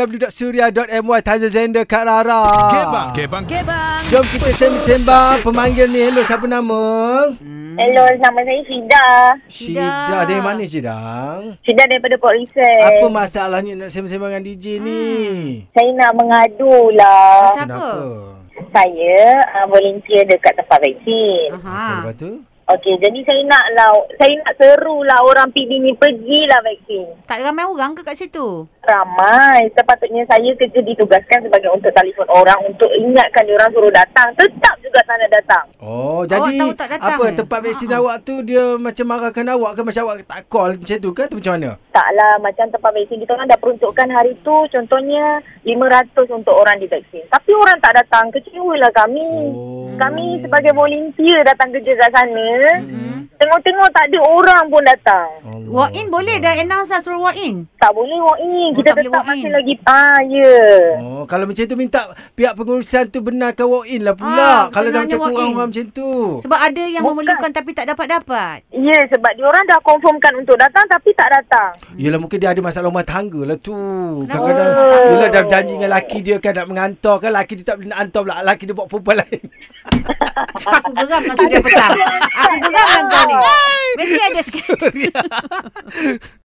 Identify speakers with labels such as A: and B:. A: www.suria.my Taza Zender Kak Rara
B: Gebang, gebang.
C: Okay, bang.
A: Jom kita sembang-sembang Pemanggil ni Hello siapa nama?
D: Hello, nama saya Fida.
A: Syida Dari mana Syidang?
D: Fida daripada Port Research.
A: Apa masalahnya nak sembang-sembang dengan DJ ni?
C: Hmm.
D: Saya nak mengadu lah.
C: Kenapa?
A: Kenapa?
D: Saya uh, volunteer dekat tempat vaksin.
C: Aha.
A: Ha. Lepas tu?
D: Okey, jadi saya nak lah, saya nak seru lah orang PD ni pergilah vaksin.
C: Tak ada ramai orang ke kat situ?
D: Ramai. Sepatutnya saya kerja ditugaskan sebagai untuk telefon orang untuk ingatkan dia orang suruh datang. Tetap juga tak nak datang.
A: Oh, jadi
C: tahu tak datang
A: apa
C: eh?
A: tempat vaksin
C: Ha.
A: awak tu dia macam marahkan awak ke macam awak tak call macam tu ke atau macam mana?
D: Taklah macam tempat vaksin kita orang dah peruntukkan hari tu contohnya 500 untuk orang divaksin. Tapi orang tak datang. Kecewalah kami.
A: Oh.
D: Kami sebagai volunteer datang kerja kat sana.
C: Hmm.
D: Tengok-tengok tak ada orang pun datang.
A: Allah.
C: Walk in boleh dah announce lah suruh walk in.
D: Tak boleh walk in.
C: Oh,
D: Kita
C: tak boleh
D: tetap
C: walk in.
D: masih lagi ah ya. Yeah.
A: Oh, kalau macam tu minta pihak pengurusan tu benarkan walk in lah pula.
C: Ah,
A: kalau dah
C: senangnya
A: macam
C: walk in.
A: kurang-kurang macam tu.
C: Sebab ada yang
D: Bukan.
C: memerlukan tapi tak dapat-dapat.
D: Ya, yeah, sebab diorang dah confirmkan untuk datang tapi tak datang.
A: Yelah mungkin dia ada masalah rumah tangga lah tu.
C: Kenapa?
A: Kadang-kadang
D: Oh.
A: yelah dah berjanji dengan laki dia kan nak mengantar kan. Laki dia tak boleh nak hantar pula. Laki dia bawa perempuan lain.
C: Aku geram dengan sudah petang. Aku geram dengan kau ni. Mesti ada
A: Sorry.